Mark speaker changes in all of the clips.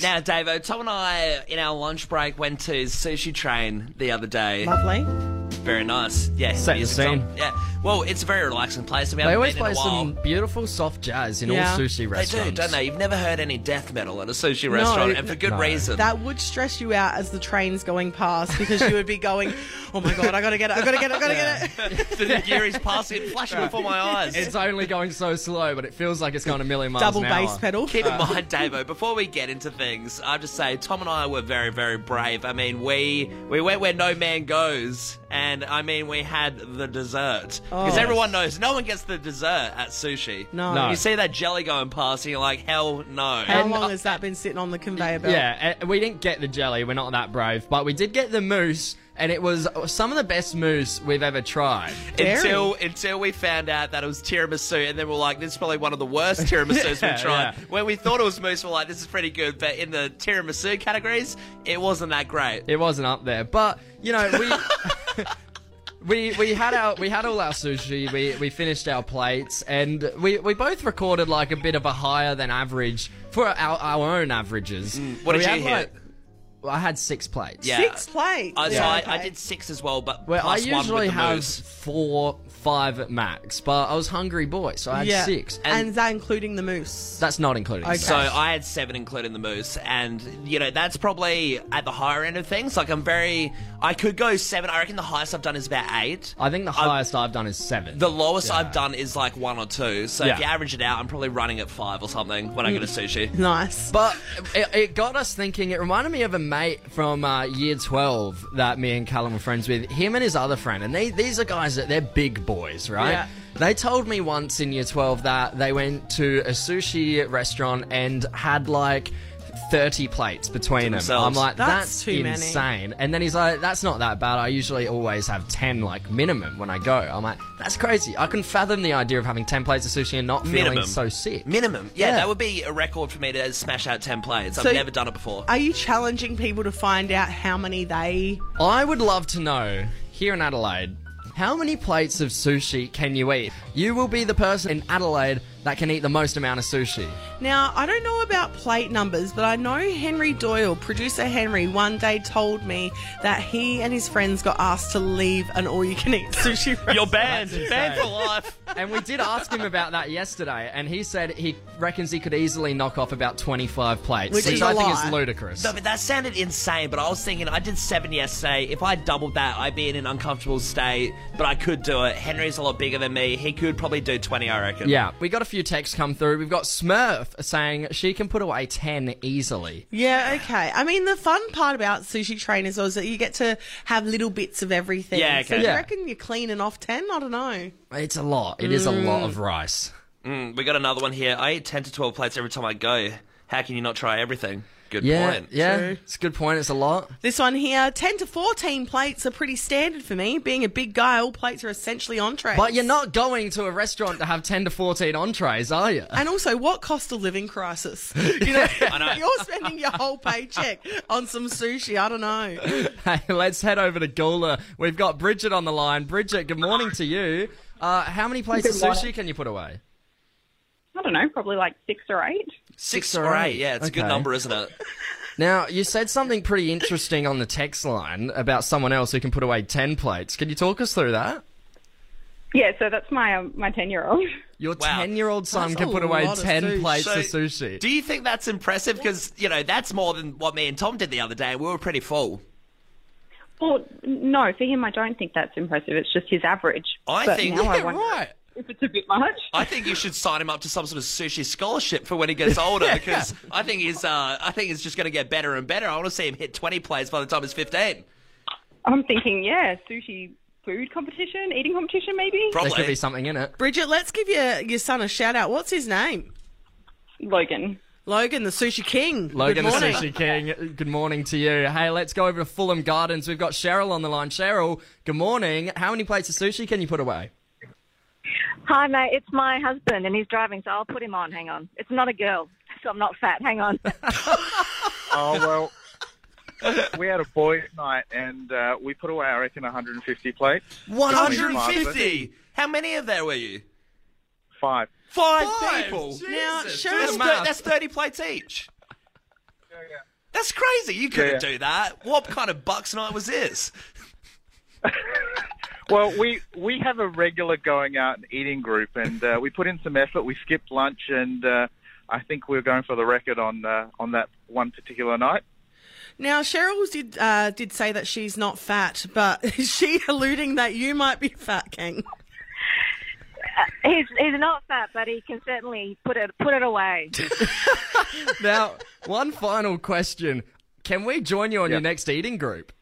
Speaker 1: Now, Davo, Tom and I, in our lunch break, went to Sushi Train the other day.
Speaker 2: Lovely.
Speaker 1: Very nice. Yeah,
Speaker 3: Set the
Speaker 1: music's on.
Speaker 3: scene.
Speaker 1: Yeah. Well, it's a very relaxing place. We
Speaker 3: They
Speaker 1: haven't
Speaker 3: always
Speaker 1: been in
Speaker 3: play
Speaker 1: a while.
Speaker 3: some beautiful soft jazz in
Speaker 2: Yeah.
Speaker 3: all sushi
Speaker 1: They
Speaker 3: restaurants.
Speaker 1: do, don't they? You've never heard any death metal at a sushi restaurant, and for good
Speaker 3: no.
Speaker 1: reason.
Speaker 2: That would stress you out as the train's going past because you would be going, oh my God, I gotta get it, I gotta get it, I gotta get it.
Speaker 1: the Nigiri's passing, flashing before my eyes.
Speaker 3: It's only going so slow, but it feels like it's going a million miles
Speaker 2: Double
Speaker 3: an
Speaker 2: bass
Speaker 3: hour.
Speaker 2: pedal.
Speaker 1: Keep
Speaker 3: Uh,
Speaker 1: in mind, Davo, before we get into things, I just say Tom and I were very, very brave. I mean, we we went where no man goes, and I mean, we had the dessert. Because
Speaker 2: Oh.
Speaker 1: everyone knows no one gets the dessert at sushi.
Speaker 2: No.
Speaker 3: No.
Speaker 1: You see that jelly going past, and you're like, hell no.
Speaker 2: How
Speaker 3: And-
Speaker 2: long has that been sitting on the conveyor belt?
Speaker 3: Yeah, uh, we didn't get the jelly. We're not that brave, but we did get the mousse, and it was some of the best mousse we've ever tried.
Speaker 2: Very.
Speaker 1: Until until we found out that it was tiramisu, and then we're like, this is probably one of the worst tiramisus
Speaker 3: Yeah,
Speaker 1: we've tried.
Speaker 3: yeah.
Speaker 1: When we thought it was mousse, we're like, this is pretty good, but in the tiramisu categories, it wasn't that great.
Speaker 3: It wasn't up there, but you know we. We, we had our we had all our sushi. We, we finished our plates, and we, we both recorded like a bit of a higher than average for our, our own averages.
Speaker 1: Mm. What
Speaker 3: We
Speaker 1: did you
Speaker 3: had,
Speaker 1: hit?
Speaker 3: like- well, I had six plates.
Speaker 1: Yeah.
Speaker 2: Six plates.
Speaker 1: I, so
Speaker 2: Yeah,
Speaker 1: I, I
Speaker 2: okay.
Speaker 1: did six as well, but
Speaker 3: Well, I
Speaker 1: plus one with
Speaker 3: usually
Speaker 1: the
Speaker 3: have
Speaker 1: mousse.
Speaker 3: four, five at max, but I was hungry boy, so I had
Speaker 2: Yeah.
Speaker 3: six.
Speaker 2: And, is that including the moose?
Speaker 3: That's not including.
Speaker 2: Okay.
Speaker 3: the
Speaker 1: So
Speaker 3: sauce.
Speaker 1: I had seven, including the moose, and you know that's probably at the higher end of things. Like I'm very, I could go seven. I reckon the highest I've done is about eight.
Speaker 3: I think the highest I've done is seven.
Speaker 1: The lowest I've done is like one or two. So if
Speaker 3: Yeah. Mm.
Speaker 1: you average it out, I'm probably running at five or something when I go to sushi.
Speaker 2: Nice.
Speaker 3: But it, it got us thinking. It reminded me of a mate from uh, year 12 that me and Callum were friends with. Him and his other friend. And they, these are guys that they're big boys, right?
Speaker 2: Yeah.
Speaker 3: They told me once in year 12 that they went to a sushi restaurant and had like 30 plates between them. I'm
Speaker 1: themselves.
Speaker 3: like,
Speaker 2: That's
Speaker 3: that's,
Speaker 2: too many."
Speaker 3: insane. And then he's like, that's not that bad. I usually always have 10 like minimum when I go. I'm like, that's crazy. I can fathom the idea of having 10 plates of sushi and not feeling
Speaker 1: Minimum.
Speaker 3: so sick.
Speaker 1: Minimum, yeah,
Speaker 3: Yeah.
Speaker 1: that would be a record for me to smash out ten plates.
Speaker 2: So-
Speaker 1: I've never done it before.
Speaker 2: Are you challenging people to find out how many they
Speaker 3: I would love to know here in Adelaide how many plates of sushi can you eat? You will be the person in Adelaide that can eat the most amount of sushi.
Speaker 2: Now, I don't know about plate numbers, but I know Henry Doyle, producer Henry, one day told me that he and his friends got asked to leave an all you can eat sushi restaurant.
Speaker 1: You're banned, banned for life.
Speaker 3: And we did ask him about that yesterday, and he said he reckons he could easily knock off about 25 plates,
Speaker 2: Which
Speaker 3: which,
Speaker 2: is
Speaker 3: I
Speaker 2: a
Speaker 3: think
Speaker 2: lot.
Speaker 3: is ludicrous.
Speaker 1: No, but that sounded insane. But I was thinking, I did seven yesterday. If I doubled that, I'd be in an uncomfortable state. But I could do it. Henry's a lot bigger than me. He could probably do twenty, I reckon.
Speaker 3: Yeah, we got a few texts come through. We've got Smurf saying she can put away 10 easily.
Speaker 2: Yeah, okay. I mean, the fun part about Sushi Train as well is that you get to have little bits of everything.
Speaker 1: Yeah, okay.
Speaker 2: So do you
Speaker 3: Yeah.
Speaker 2: reckon you're cleaning off 10? I don't know.
Speaker 3: It's a lot. It is a lot of rice.
Speaker 1: Mm, we got another one here. I eat ten to twelve plates every time I go. How can you not try everything? Good
Speaker 3: Yeah,
Speaker 1: point.
Speaker 3: yeah.
Speaker 2: True.
Speaker 3: It's a good point. It's a lot.
Speaker 2: This one here, 10 to 14 plates are pretty standard for me. Being a big guy, all plates are essentially entrees.
Speaker 3: But you're not going to a restaurant to have 10 to 14 entrees, are you?
Speaker 2: And also, what cost of living crisis? You know,
Speaker 1: know.
Speaker 2: you're spending your whole paycheck on some sushi. I don't know.
Speaker 3: Hey, let's head over to Gula. We've got Bridget on the line. Bridget, good morning to you. Uh, how many plates of
Speaker 4: Good morning.
Speaker 3: sushi can you put away?
Speaker 4: I don't know, probably like six or eight.
Speaker 1: Six,
Speaker 3: Six
Speaker 1: or
Speaker 3: or
Speaker 1: eight.
Speaker 3: eight.
Speaker 1: Yeah, it's a good
Speaker 3: Okay.
Speaker 1: number, isn't it?
Speaker 3: Now, you said something pretty interesting on the text line about someone else who can put away 10 plates. Can you talk us through that?
Speaker 4: Yeah, so that's my um, my ten year old.
Speaker 3: Your
Speaker 1: Wow.
Speaker 3: 10 year old son
Speaker 2: That's
Speaker 3: can
Speaker 2: a
Speaker 3: put away
Speaker 2: lot of
Speaker 3: 10
Speaker 2: sushi.
Speaker 3: plates
Speaker 1: So,
Speaker 3: of sushi.
Speaker 1: Do you think that's impressive? Because you know that's more than what me and Tom did the other day. We were pretty full.
Speaker 4: Well, no, for him, I don't think that's impressive. It's just his average.
Speaker 1: I
Speaker 4: But
Speaker 1: think-
Speaker 4: now I
Speaker 3: Yeah,
Speaker 4: wonder
Speaker 3: right.
Speaker 4: if it's a bit much.
Speaker 1: I think you should sign him up to some sort of sushi scholarship for when he gets older because I think he's uh, I think he's just going to get better and better. I want to see him hit 20 plays by the time he's 15.
Speaker 4: I'm thinking, yeah, sushi food competition, eating competition, maybe
Speaker 3: There
Speaker 1: Probably.
Speaker 3: could be something in it.
Speaker 2: Bridget, let's give your, your son a shout out. What's his name?
Speaker 4: Logan.
Speaker 2: Logan, the Sushi King.
Speaker 3: Logan the
Speaker 2: Good morning.
Speaker 3: Sushi King, good morning to you. Hey, let's go over to Fulham Gardens. We've got Cheryl on the line. Cheryl, good morning. How many plates of sushi can you put away?
Speaker 5: Hi, mate. It's my husband, and he's driving, so I'll put him on. Hang on. It's not a girl, so I'm not fat. Hang on.
Speaker 6: Oh well, we had a boys' night and uh, we put away, I reckon, 150 plates.
Speaker 1: 150. How many of there were you?
Speaker 6: Five.
Speaker 1: Five,
Speaker 3: Five.
Speaker 1: people.
Speaker 3: Jesus.
Speaker 2: Now,
Speaker 3: Do the
Speaker 2: Cheryl-
Speaker 1: That's,
Speaker 3: math.
Speaker 1: thir- that's 30 plates each.
Speaker 6: Yeah,
Speaker 1: That's crazy. You couldn't
Speaker 6: Yeah.
Speaker 1: do that. What kind of bucks night was this?
Speaker 6: Well, we we have a regular going out and eating group, and uh, we put in some effort. We skipped lunch, and uh, I think we were going for the record on uh, on that one particular night.
Speaker 2: Now, Cheryl did uh, did say that she's not fat, but is she alluding that you might be fat, King?
Speaker 5: He's he's not fat, but he can certainly put it put it away.
Speaker 3: Now, one final question. Can we join you on your next eating group?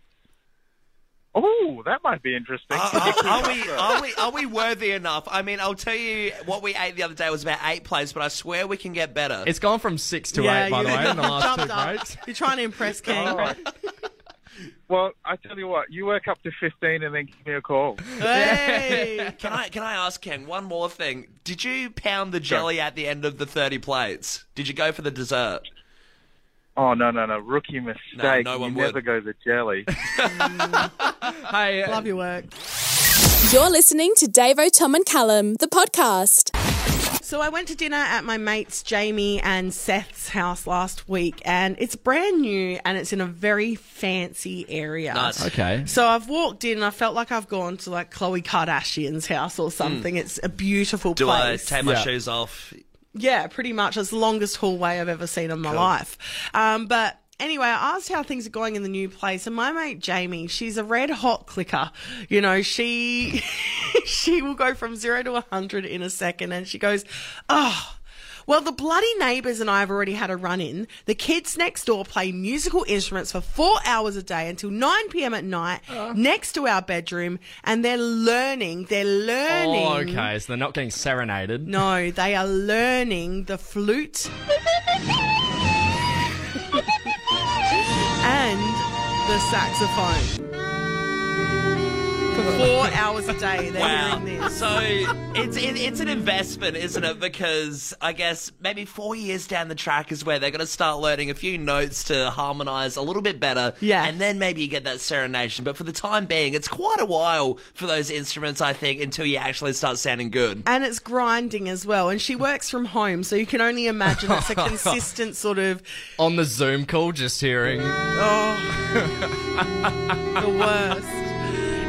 Speaker 6: Oh, that might be interesting.
Speaker 1: Are, are- Uh, are we are we are we worthy enough? I mean, I'll tell you what we ate the other day was about eight plates, but I swear we can get better.
Speaker 3: It's gone from six to eight, by
Speaker 2: you-
Speaker 3: the way, in the
Speaker 2: you
Speaker 3: last
Speaker 2: jumped
Speaker 3: two
Speaker 2: up.
Speaker 3: breaks.
Speaker 2: You're trying to impress King.
Speaker 6: well, I tell you what, you work up to fifteen, and then give me a call.
Speaker 2: Hey.
Speaker 1: can I can I ask Ken one more thing? Did you pound the jelly at the end of the thirty plates? Did you go for the dessert?
Speaker 6: Oh no, no, no! Rookie mistake.
Speaker 1: no one
Speaker 6: you
Speaker 1: would.
Speaker 6: never go to jelly.
Speaker 3: Hey, uh,
Speaker 2: Love your work.
Speaker 7: You're listening to Dave Tom and Callum, the podcast.
Speaker 2: So I went to dinner at my mates Jamie and Seth's house last week, and it's brand new and it's in a very fancy area.
Speaker 1: Nice.
Speaker 3: Okay.
Speaker 2: So I've walked in and I felt like I've gone to like Khloe Kardashian's house or something. It's a beautiful
Speaker 1: Hmm. Do I
Speaker 2: place.
Speaker 1: take my
Speaker 3: Yeah.
Speaker 1: shoes off?
Speaker 2: Yeah, pretty much. It's the longest hallway I've ever seen in my life. Um, but anyway, I asked how things are going in the new place, and my mate Jamie, she's a red hot clicker. You know, she she will go from zero to a hundred in a second, and she goes, oh. Well, the bloody neighbours and I have already had a run in. The kids next door play musical instruments for four hours a day until 9 p.m. at night
Speaker 3: Uh.
Speaker 2: next to our bedroom, and they're learning. They're learning.
Speaker 3: Oh, okay. So they're not getting serenaded.
Speaker 2: No, they are learning the flute and the saxophone. For four hours a day, they're
Speaker 1: Wow.
Speaker 2: hearing this.
Speaker 1: So it's it, it's an investment, isn't it? Because I guess maybe four years down the track is where they're going to start learning a few notes to harmonise a little bit better.
Speaker 2: Yeah.
Speaker 1: And then maybe you get that serenation. But for the time being, it's quite a while for those instruments, I think, until you actually start sounding good.
Speaker 2: And it's grinding as well. And she works from home, so you can only imagine it's a consistent sort of
Speaker 3: On the Zoom call, just hearing.
Speaker 2: Oh, the worst.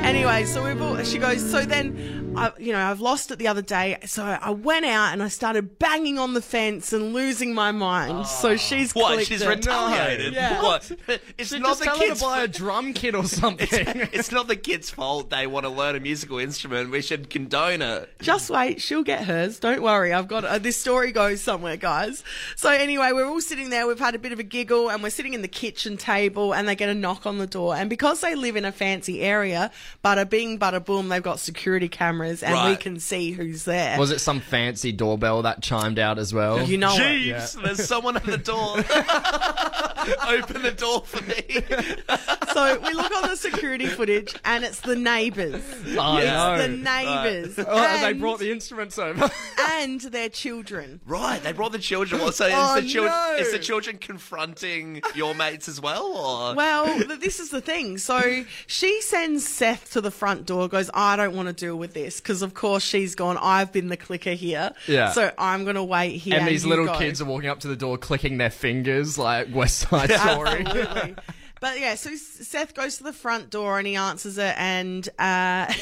Speaker 2: Anyway, so we've all, she goes, so then, I, you know, I've lost it the other day. So I went out and I started banging on the fence and losing my mind. so she's
Speaker 1: Ah. What?
Speaker 2: clicked
Speaker 1: She's
Speaker 2: it.
Speaker 1: retaliated.
Speaker 2: Yeah.
Speaker 1: What? It's
Speaker 3: Just
Speaker 1: not the
Speaker 3: tell her
Speaker 1: kids.
Speaker 3: to buy a drum kit or something.
Speaker 1: it's not the kids' fault they want to learn a musical instrument. We should condone it.
Speaker 2: Just wait, she'll get hers. Don't worry, I've got uh, this story goes somewhere, guys. So anyway, we're all sitting there. We've had a bit of a giggle, and we're sitting in the kitchen table, and they get a knock on the door. And because they live in a fancy area, bada bing, bada boom, they've got security cameras, and we
Speaker 1: Right.
Speaker 2: can see who's there.
Speaker 3: Was it some fancy doorbell that chimed out as well?
Speaker 2: You know it.
Speaker 1: Jeeves, there's someone at the door. Open the door for me.
Speaker 2: So we look on the security footage, and it's the neighbours.
Speaker 3: oh,
Speaker 2: It's
Speaker 3: no.
Speaker 2: the neighbours.
Speaker 3: Oh, and
Speaker 2: and,
Speaker 3: they brought the instruments over.
Speaker 2: and their children.
Speaker 1: Right, they brought the children. What, So is
Speaker 3: Oh,
Speaker 1: the children
Speaker 3: no.
Speaker 1: is the children confronting your mates as well, or
Speaker 2: Well, th- this is the thing. So she sends Seth to the front door, goes, I don't want to deal with this. Because, of course, she's gone, I've been the clicker here.
Speaker 3: Yeah.
Speaker 2: So I'm going to wait here.
Speaker 3: and these
Speaker 2: you
Speaker 3: little
Speaker 2: go."
Speaker 3: kids are walking up to the door, clicking their fingers like West Side Story.
Speaker 2: Absolutely. But yeah, so S- Seth goes to the front door and he answers it, and uh,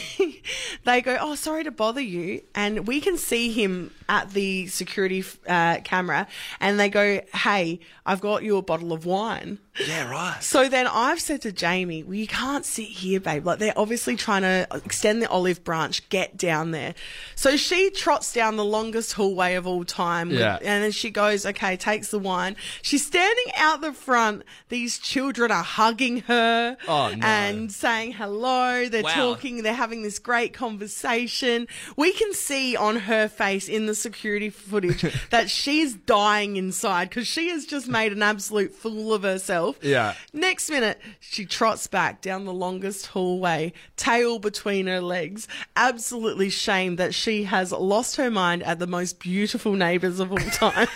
Speaker 2: they go, "Oh, sorry to bother you." And we can see him at the security f- uh, camera, and they go, "Hey, I've got you a bottle of wine."
Speaker 1: yeah, right.
Speaker 2: So then I've said to Jamie, well, you can't sit here, babe. Like, they're obviously trying to extend the olive branch, get down there. So she trots down the longest hallway of all time. with-
Speaker 3: Yeah.
Speaker 2: and then she goes, okay, takes the wine. She's standing out the front. These children are hugging her
Speaker 3: Oh, no.
Speaker 2: and saying hello. They're
Speaker 1: Wow.
Speaker 2: talking. They're having this great conversation. We can see on her face in the security footage that she's dying inside because she has just made an absolute fool of herself.
Speaker 3: Yeah.
Speaker 2: Next minute, she trots back down the longest hallway, tail between her legs, absolutely shamed that she has lost her mind at the most beautiful neighbours of all time.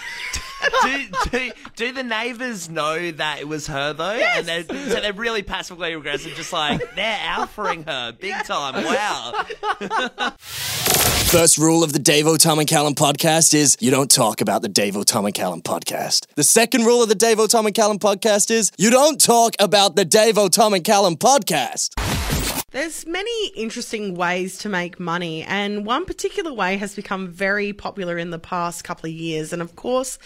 Speaker 1: do, do, do the neighbours know that it was her though? And they're, so they're really passively aggressive, just like they're alfering her big time. Wow.
Speaker 8: First rule of the Dave O'Tom and Callum podcast is you don't talk about the Dave O'Tom and Callum podcast. The second rule of the Dave O'Tom and Callum podcast is you don't talk about the Dave O'Tom and Callum podcast.
Speaker 2: There's many interesting ways to make money, and one particular way has become very popular in the past couple of years. And of course,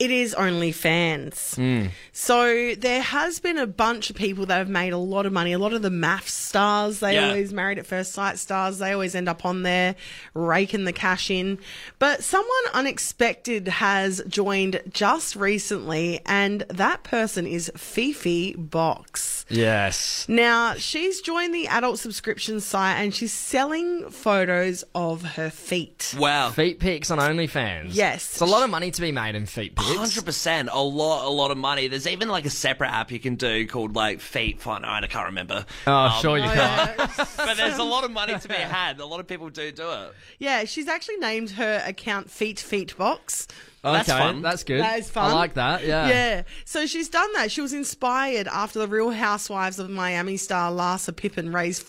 Speaker 2: it is OnlyFans. So there has been a bunch of people that have made a lot of money. A lot of the math stars, they
Speaker 1: Yeah.
Speaker 2: always married at first sight stars, they always end up on there raking the cash in. But someone unexpected has joined just recently, and that person is Fifi Box.
Speaker 3: Yes.
Speaker 2: Now, she's joined the adult subscription site and she's selling photos of her feet.
Speaker 1: Wow.
Speaker 3: Feet pics on OnlyFans.
Speaker 2: Yes.
Speaker 3: It's a lot of money to be made in feet pics.
Speaker 1: Hundred percent, a lot, a lot of money. There's even like a separate app you can do called like Feet Fun. I can't remember,
Speaker 3: Oh, sure you can.
Speaker 1: but there's a lot of money to be had. A lot of people do do it.
Speaker 2: Yeah, she's actually named her account Feet Feet Box.
Speaker 1: That's
Speaker 3: okay,
Speaker 1: fun.
Speaker 3: That's good.
Speaker 2: That is fun.
Speaker 3: I like that. Yeah.
Speaker 2: Yeah. So she's done that. She was inspired after the Real Housewives of Miami star Larsa Pippen raised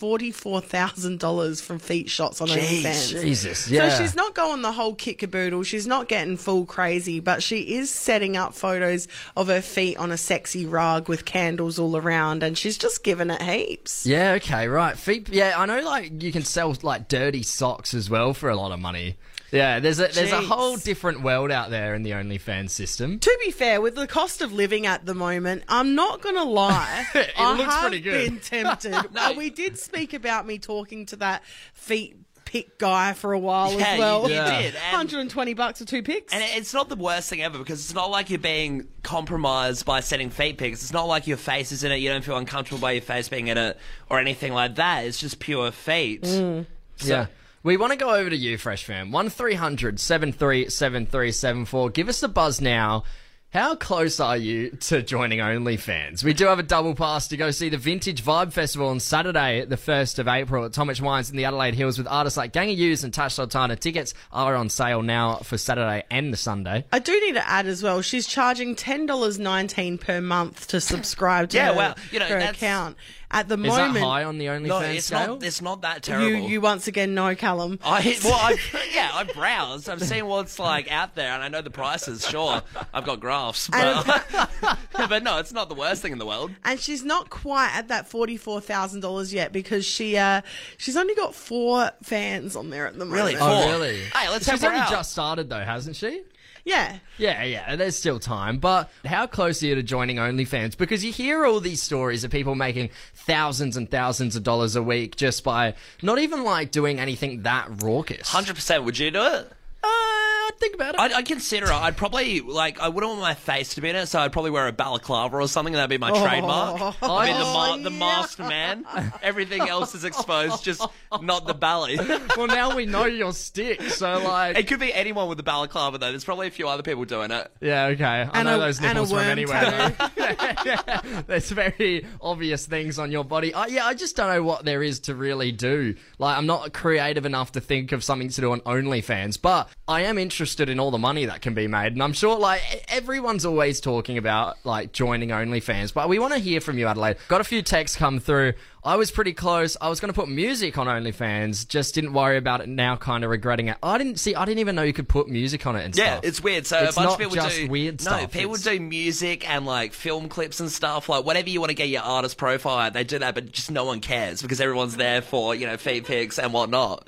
Speaker 2: $44,000 from feet shots on
Speaker 1: Jeez.
Speaker 2: OnlyFans.
Speaker 3: Jesus. Yeah.
Speaker 2: So she's not going the whole kit caboodle. She's not getting full crazy, but she is setting up photos of her feet on a sexy rug with candles all around, and she's just giving it heaps.
Speaker 3: Yeah. Okay. Right. Feet. Yeah. I know. Like you can sell like dirty socks as well for a lot of money. Yeah. There's a there's a
Speaker 2: Jeez.
Speaker 3: whole different world out there in the OnlyFans system.
Speaker 2: To be fair, with the cost of living at the moment, I'm not going to lie.
Speaker 3: It
Speaker 2: I
Speaker 3: looks
Speaker 2: have
Speaker 3: pretty good.
Speaker 2: been tempted. Uh, we did speak about me talking to that feet pick guy for a while
Speaker 1: Yeah,
Speaker 2: as
Speaker 1: you-
Speaker 2: well.
Speaker 1: you
Speaker 3: Yeah.
Speaker 1: did, and-
Speaker 2: 120 bucks for two picks.
Speaker 1: And it- it's not the worst thing ever because it's not like you're being compromised by setting feet pics. It's not like your face is in it. You don't feel uncomfortable by your face being in it or anything like that. It's just pure feet.
Speaker 3: Mm. yeah. We want to go over to you, Fresh Fam. One 7374 Give us a buzz now. How close are you to joining OnlyFans? We do have a double pass to go see the Vintage Vibe Festival on Saturday, the 1st of April at Tomich Wines in the Adelaide Hills with artists like Gang of Yous and Tash Sultana. Tickets are on sale now for Saturday and the Sunday.
Speaker 2: I do need to add as well. She's charging ten dollars nineteen per month to subscribe to
Speaker 1: Yeah,
Speaker 2: her,
Speaker 1: well, you know,
Speaker 2: her
Speaker 1: that's-
Speaker 2: account. At the
Speaker 3: Is
Speaker 2: moment,
Speaker 3: that high on the OnlyFans
Speaker 1: No, it's
Speaker 3: scale?
Speaker 1: not. It's not that
Speaker 2: you
Speaker 1: terrible.
Speaker 2: you once again know Callum.
Speaker 1: I hit, well, I, yeah, I browsed. I've seen what's like out there, and I know the prices. Sure, I've got graphs, but, but no, it's not the worst thing in the world.
Speaker 2: and she's not quite at that forty four thousand dollars yet because she uh she's only got four fans on there at the moment.
Speaker 1: Really?
Speaker 3: Oh,
Speaker 1: Four.
Speaker 3: really?
Speaker 1: Hey, let's
Speaker 3: She's
Speaker 1: help her
Speaker 3: only
Speaker 1: out.
Speaker 3: just started, though, hasn't she?
Speaker 1: Oh.
Speaker 2: Yeah.
Speaker 3: Yeah, yeah, there's still time. But how close are you to joining OnlyFans? Because you hear all these stories of people making thousands and thousands of dollars a week just by not even like doing anything that raucous.
Speaker 1: Hundred percent. Would you do it?
Speaker 3: Uh, think about it.
Speaker 1: I'd, I'd consider it. I'd probably like. I wouldn't want my face to be in it, so I'd probably wear a balaclava or something. That'd be my trademark. I mean, the, ma- the masked man. Everything else is exposed, just not the belly.
Speaker 3: well, now we know your stick, so
Speaker 1: It
Speaker 3: like,
Speaker 1: could be anyone with a balaclava though. There's probably a few other people doing it.
Speaker 3: yeah, okay. I
Speaker 2: And
Speaker 3: know
Speaker 2: a-
Speaker 3: those
Speaker 2: and a
Speaker 3: nipples from
Speaker 2: worm
Speaker 3: anywhere. yeah, there's very obvious things on your body. I, yeah, I just don't know what there is to really do. Like, I'm not creative enough to think of something to do on OnlyFans, but I am interested in all the money that can be made. And I'm sure, like, e- everyone's always talking about, like, joining OnlyFans, but we want to hear from you, Adelaide. Got a few texts come through. I was pretty close. I was going to put music on OnlyFans, just didn't worry about it now, kind of regretting it. I didn't see, I didn't even know you could put music on it and
Speaker 1: Yeah,
Speaker 3: stuff.
Speaker 1: it's weird. So
Speaker 3: It's
Speaker 1: a bunch
Speaker 3: not
Speaker 1: of people
Speaker 3: just
Speaker 1: do
Speaker 3: weird
Speaker 1: No,
Speaker 3: stuff,
Speaker 1: people
Speaker 3: it's-
Speaker 1: do music and like film clips and stuff. Like whatever you want to get your artist profile, at, they do that, but just no one cares because everyone's there for you know feet pics and whatnot.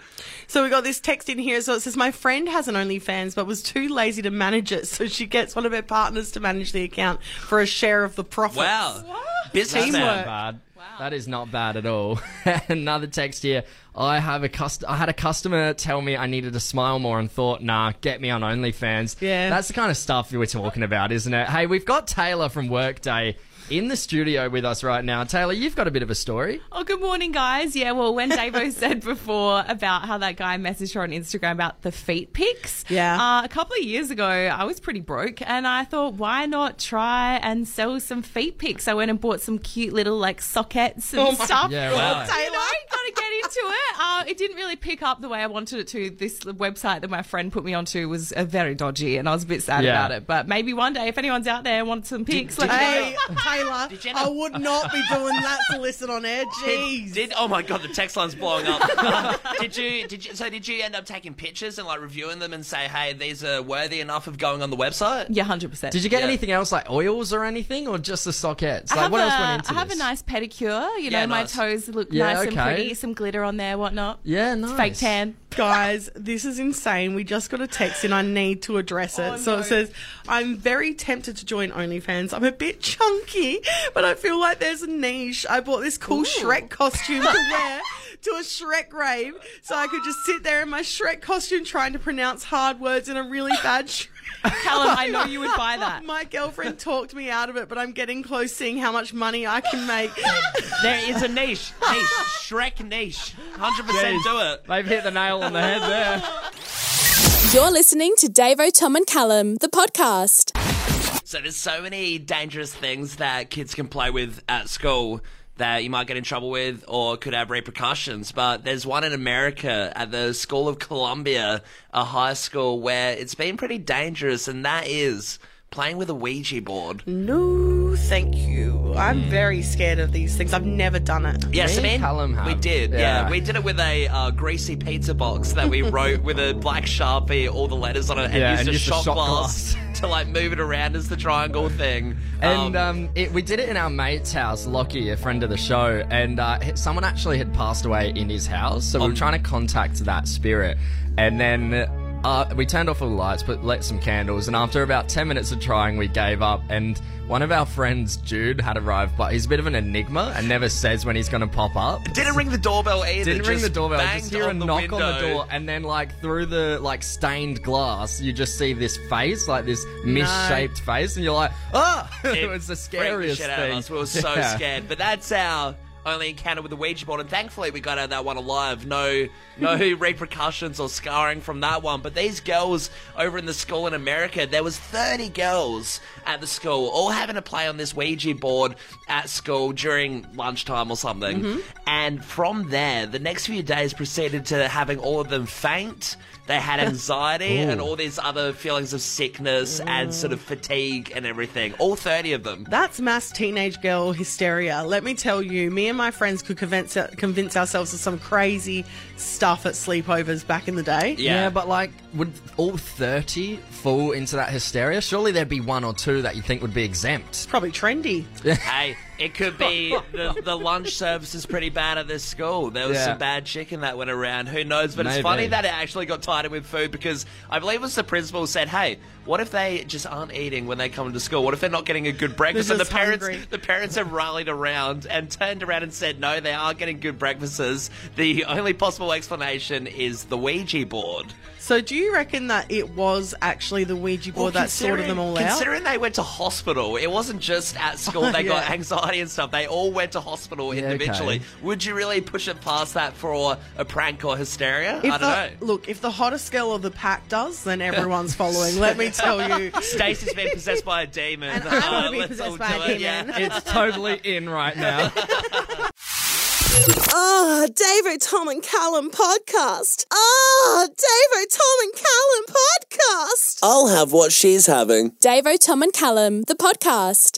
Speaker 2: So we got this text in here. So it says, My friend has an OnlyFans, but was too lazy to manage it. So she gets one of her partners to manage the account for a share of the profits.
Speaker 1: Wow, businessman.
Speaker 2: Teamwork.
Speaker 3: bad. That is not bad at all. Another text here. I have a cust- I had a customer tell me I needed to smile more and thought, nah, get me on OnlyFans.
Speaker 2: Yeah.
Speaker 3: That's the kind of stuff we're talking about, isn't it? Hey, we've got Taylor from Workday in the studio with us right now. Taylor, you've got a bit of a story.
Speaker 9: Oh, good morning, guys. Yeah, well, when Davo said before about how that guy messaged her on Instagram about the feet pics,
Speaker 2: Yeah.
Speaker 9: uh, a couple of years ago, I was pretty broke, and I thought, why not try and sell some feet pics? I went and bought some cute little like sockets and stuff.
Speaker 3: Yeah, wow.
Speaker 9: So, you know, you gotta get into it. uh, it didn't really pick up the way I wanted it to. This website that my friend put me onto was uh, very dodgy, and I was a bit sad
Speaker 3: Yeah.
Speaker 9: about it. But maybe one day, if anyone's out there and wants some pics, let me know.
Speaker 2: Hey, Taylor, I would not be doing that solicit on air. Jeez.
Speaker 1: Did oh my god, the text line's blowing up. did you did you so did you end up taking pictures and like reviewing them and say, hey, these are worthy enough of going on the website?
Speaker 9: Yeah, hundred percent.
Speaker 3: Did you get
Speaker 1: Yeah.
Speaker 3: anything else like oils or anything, or just the sockets? Like
Speaker 9: I have
Speaker 3: what
Speaker 9: a,
Speaker 3: else went into
Speaker 9: I have
Speaker 3: this?
Speaker 9: a nice pedicure. You know,
Speaker 1: Yeah,
Speaker 9: my
Speaker 1: nice.
Speaker 9: toes look
Speaker 3: Yeah,
Speaker 9: nice and
Speaker 3: okay.
Speaker 9: pretty. Some glitter on there, whatnot.
Speaker 3: Yeah, nice.
Speaker 9: Fake tan.
Speaker 2: Guys, this is insane. We just got a text and I need to address it. so it says, I'm very tempted to join OnlyFans. I'm a bit chunky, but I feel like there's a niche. I bought this cool Shrek costume to wear to a Shrek grave so I could just sit there in my Shrek costume trying to pronounce hard words in a really bad Shrek.
Speaker 9: Callum, I know you would buy that.
Speaker 2: My girlfriend talked me out of it, but I'm getting close seeing how much money I can make.
Speaker 1: There is a niche. Niche. Shrek niche. Hundred percent do it.
Speaker 3: They've hit the nail on the head there.
Speaker 7: You're listening to Davo, Tom, and Callum, the podcast.
Speaker 1: So there's so many dangerous things that kids can play with at school that you might get in trouble with or could have repercussions. But there's one in America at the School of Columbia, a high school where it's been pretty dangerous, and that is playing with a Ouija board.
Speaker 3: Mm-hmm.
Speaker 2: no, thank you. I'm very scared of these things. I've never done it.
Speaker 1: Yes, I
Speaker 3: Me
Speaker 1: mean,
Speaker 3: and Callum have.
Speaker 1: we did. Yeah.
Speaker 3: Yeah.
Speaker 1: we did it with a uh, greasy pizza box that we wrote with a black sharpie, all the letters on it, and
Speaker 3: Yeah,
Speaker 1: used
Speaker 3: and
Speaker 1: a
Speaker 3: used a
Speaker 1: shot,
Speaker 3: shot
Speaker 1: glass, to like move it around as the triangle thing.
Speaker 3: And um, it, we did it in our mate's house, Lockie, a friend of the show, and uh, h- someone actually had passed away in his house, so we were trying to contact that spirit. And then uh, we turned off all the lights, but lit some candles, and after about 10 minutes of trying, we gave up. And one of our friends, Jude, had arrived, but he's a bit of an enigma and never says when he's going to pop up.
Speaker 1: Didn't ring the doorbell either.
Speaker 3: Didn't ring the
Speaker 1: just
Speaker 3: doorbell.
Speaker 1: banged
Speaker 3: Just hear a
Speaker 1: on the
Speaker 3: knock on the
Speaker 1: window.
Speaker 3: door, and then like through the like stained glass, you just see this face, like this misshaped face, and you're like, oh, it, was the
Speaker 1: freaked
Speaker 3: scariest
Speaker 1: shit out of
Speaker 3: thing.
Speaker 1: us. We were so
Speaker 3: Yeah.
Speaker 1: scared. But that's our only encounter with the Ouija board, and thankfully we got out of that one alive. No, no repercussions or scarring from that one. But these girls over in the school in America, there was 30 girls at the school, all having to play on this Ouija board at school during lunchtime or something. And from there, the next few days proceeded to having all of them faint. They had anxiety and all these other feelings of sickness and sort of fatigue and everything. All 30 of them.
Speaker 2: That's mass teenage girl hysteria. Let me tell you, me and my friends could convince convince ourselves of some crazy stuff at sleepovers back in the day.
Speaker 1: Yeah.
Speaker 3: Yeah. but like, would all thirty fall into that hysteria? Surely there'd be one or two that you think would be exempt.
Speaker 2: Probably trendy.
Speaker 1: Hey, it could be the, the lunch service is pretty bad at this school. There was
Speaker 3: Yeah.
Speaker 1: some bad chicken that went around. Who knows? But it's
Speaker 3: Maybe.
Speaker 1: funny that it actually got tied in with food because I believe it was the principal said, "Hey, what if they just aren't eating when they come to school? What if they're not getting a good breakfast?"
Speaker 2: They're
Speaker 1: And the
Speaker 2: just
Speaker 1: parents,
Speaker 2: hungry.
Speaker 1: the parents have rallied around and turned around and said, "No, they are getting good breakfasts. The only possible explanation is the Ouija board."
Speaker 2: So do you reckon that it was actually the Ouija board that sorted
Speaker 1: considering-
Speaker 2: them all out?
Speaker 1: Considering they went to hospital, it wasn't just at school they got anxiety and stuff. They all went to hospital
Speaker 3: Yeah,
Speaker 1: individually. Would you really push it past that for a prank or hysteria? I
Speaker 2: If
Speaker 1: don't
Speaker 2: the-
Speaker 1: know.
Speaker 2: Look, if the hottest girl of the pack does, then everyone's following. Let me tell you.
Speaker 1: Stacey's been possessed by a demon.
Speaker 2: And I wanna
Speaker 1: Uh,
Speaker 2: be
Speaker 1: let's
Speaker 2: possessed
Speaker 1: all
Speaker 2: by a
Speaker 1: do it,
Speaker 2: demon.
Speaker 1: yeah.
Speaker 3: It's totally in right now.
Speaker 7: Ah, Davo, Tom, and Callum podcast. Ah, Davo, Tom, and Callum podcast.
Speaker 8: I'll have what she's having.
Speaker 7: Davo, Tom, and Callum, the podcast.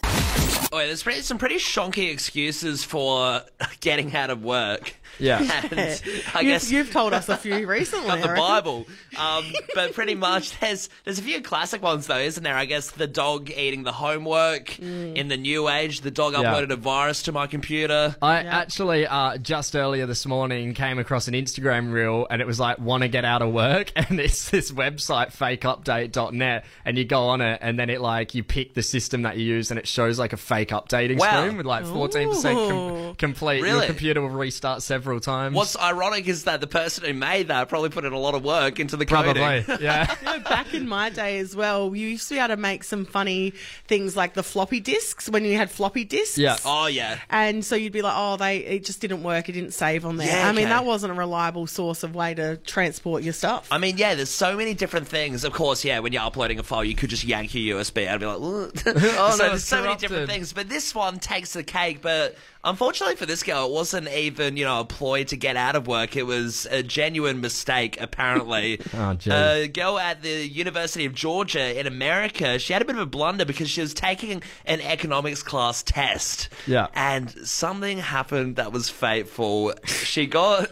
Speaker 1: Oh, yeah, there's pretty, some pretty shonky excuses for getting out of work.
Speaker 3: Yeah.
Speaker 1: And I
Speaker 2: you've,
Speaker 1: guess
Speaker 2: you've told us a few recently.
Speaker 1: got
Speaker 2: I
Speaker 1: the
Speaker 2: reckon.
Speaker 1: Bible. Um, but pretty much, there's there's a few classic ones though, isn't there? I guess the dog eating the homework in the new age. The dog uploaded a virus to my computer.
Speaker 3: I actually uh, just earlier this morning came across an Instagram reel and it was like, want to get out of work? And it's this website, fakeupdate.net. And you go on it and then it like, you pick the system that you use and it shows like a fake updating
Speaker 1: Wow.
Speaker 3: screen with like 14% com- complete.
Speaker 1: Really?
Speaker 3: Your computer will restart several times.
Speaker 1: What's ironic is that the person who made that probably put in a lot of work into the coding.
Speaker 3: Probably. Yeah.
Speaker 2: Back in my day as well, you used to be able to make some funny things like the floppy disks when you had floppy disks.
Speaker 3: Yeah.
Speaker 1: Oh yeah.
Speaker 2: and so you'd be like, oh, they it just didn't work. It didn't save on there.
Speaker 1: Yeah,
Speaker 2: I mean,
Speaker 1: okay.
Speaker 2: that wasn't a reliable source of way to transport your stuff.
Speaker 1: I mean, yeah, there's so many different things. Of course, yeah, when you're uploading a file, you could just yank your USB out and be like, oh, so
Speaker 3: no,
Speaker 1: there's
Speaker 3: it's
Speaker 1: so many different
Speaker 3: corrupted.
Speaker 1: things. but this one takes the cake. But unfortunately for this girl, it wasn't even you know a ploy to get out of work. It was a genuine mistake, apparently.
Speaker 3: Oh, geez.
Speaker 1: a girl at the University of Georgia in America, she had a bit of a blunder because she was taking an economics class test.
Speaker 3: Yeah.
Speaker 1: and something happened that was fateful. She got.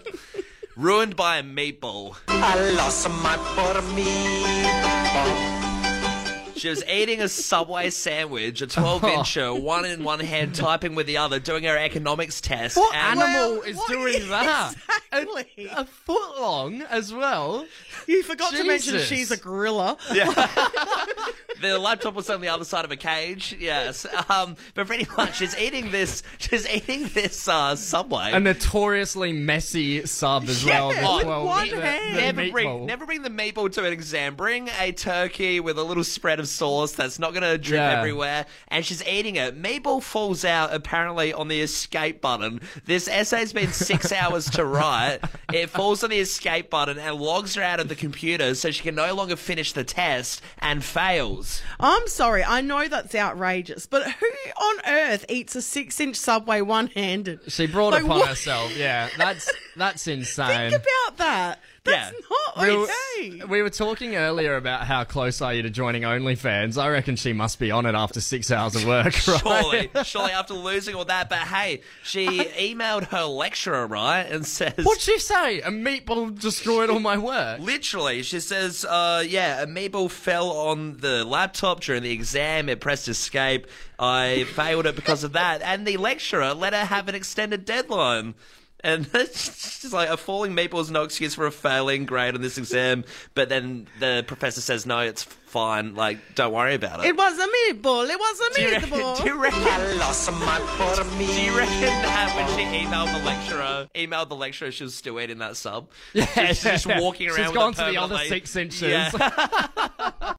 Speaker 1: Ruined by a meatball. She was eating a Subway sandwich, a
Speaker 3: Oh.
Speaker 1: 12 incher, one in one hand, typing with the other, doing her economics test.
Speaker 3: What
Speaker 1: and-
Speaker 3: animal is
Speaker 2: what
Speaker 3: doing
Speaker 2: is-
Speaker 3: that?
Speaker 2: Exactly.
Speaker 3: A foot long as well.
Speaker 2: You forgot to mention
Speaker 3: Jesus.
Speaker 2: she's a gorilla.
Speaker 1: The laptop was on the other side of a cage. Yes, um, but pretty much she's eating this. She's eating this uh, Subway.
Speaker 3: A notoriously messy sub as well.
Speaker 2: Yeah,
Speaker 3: the
Speaker 2: with
Speaker 3: 12
Speaker 2: one
Speaker 3: the- the
Speaker 2: hand.
Speaker 1: Never bring,
Speaker 3: meatball.
Speaker 1: never bring the meatball to an exam. Bring a turkey with a little spread of sauce that's not going to drip
Speaker 3: Yeah.
Speaker 1: everywhere. And she's eating it. Meatball falls out apparently on the escape button. This essay's been six hours to write. It falls on the escape button and logs her out of the computer so she can no longer finish the test and fails.
Speaker 2: I'm sorry, I know that's outrageous, but who on earth eats a six inch subway one handed?
Speaker 3: She brought
Speaker 2: Like,
Speaker 3: upon
Speaker 2: what-
Speaker 3: herself. Yeah, that's that's insane.
Speaker 2: Think about that. That's
Speaker 1: Yeah.
Speaker 2: not
Speaker 3: We were-
Speaker 2: okay.
Speaker 3: we were talking earlier about how close are you to joining OnlyFans. I reckon she must be on it after six hours of work, right?
Speaker 1: Surely, surely after losing all that. But hey, she emailed her lecturer, right? And says,
Speaker 3: What'd she say? A meatball destroyed all my work.
Speaker 1: Literally, she says, uh, yeah, a meatball fell on the laptop during the exam. It pressed escape. I failed it because of that. And the lecturer let her have an extended deadline. And she's like, a falling meatball is no excuse for a failing grade on this exam. But then the professor says, no, it's fine. Like, don't worry about it.
Speaker 2: It was a meatball. It was a
Speaker 1: do, you reckon,
Speaker 2: meatball.
Speaker 1: do you reckon? Do you reckon that when she emailed the lecturer, emailed the lecturer, she was still eating that sub? Yeah, she's just walking around.
Speaker 3: She's
Speaker 1: with
Speaker 3: gone
Speaker 1: a
Speaker 3: to the
Speaker 1: permanent
Speaker 3: other
Speaker 1: la-
Speaker 3: six inches.
Speaker 1: Yeah.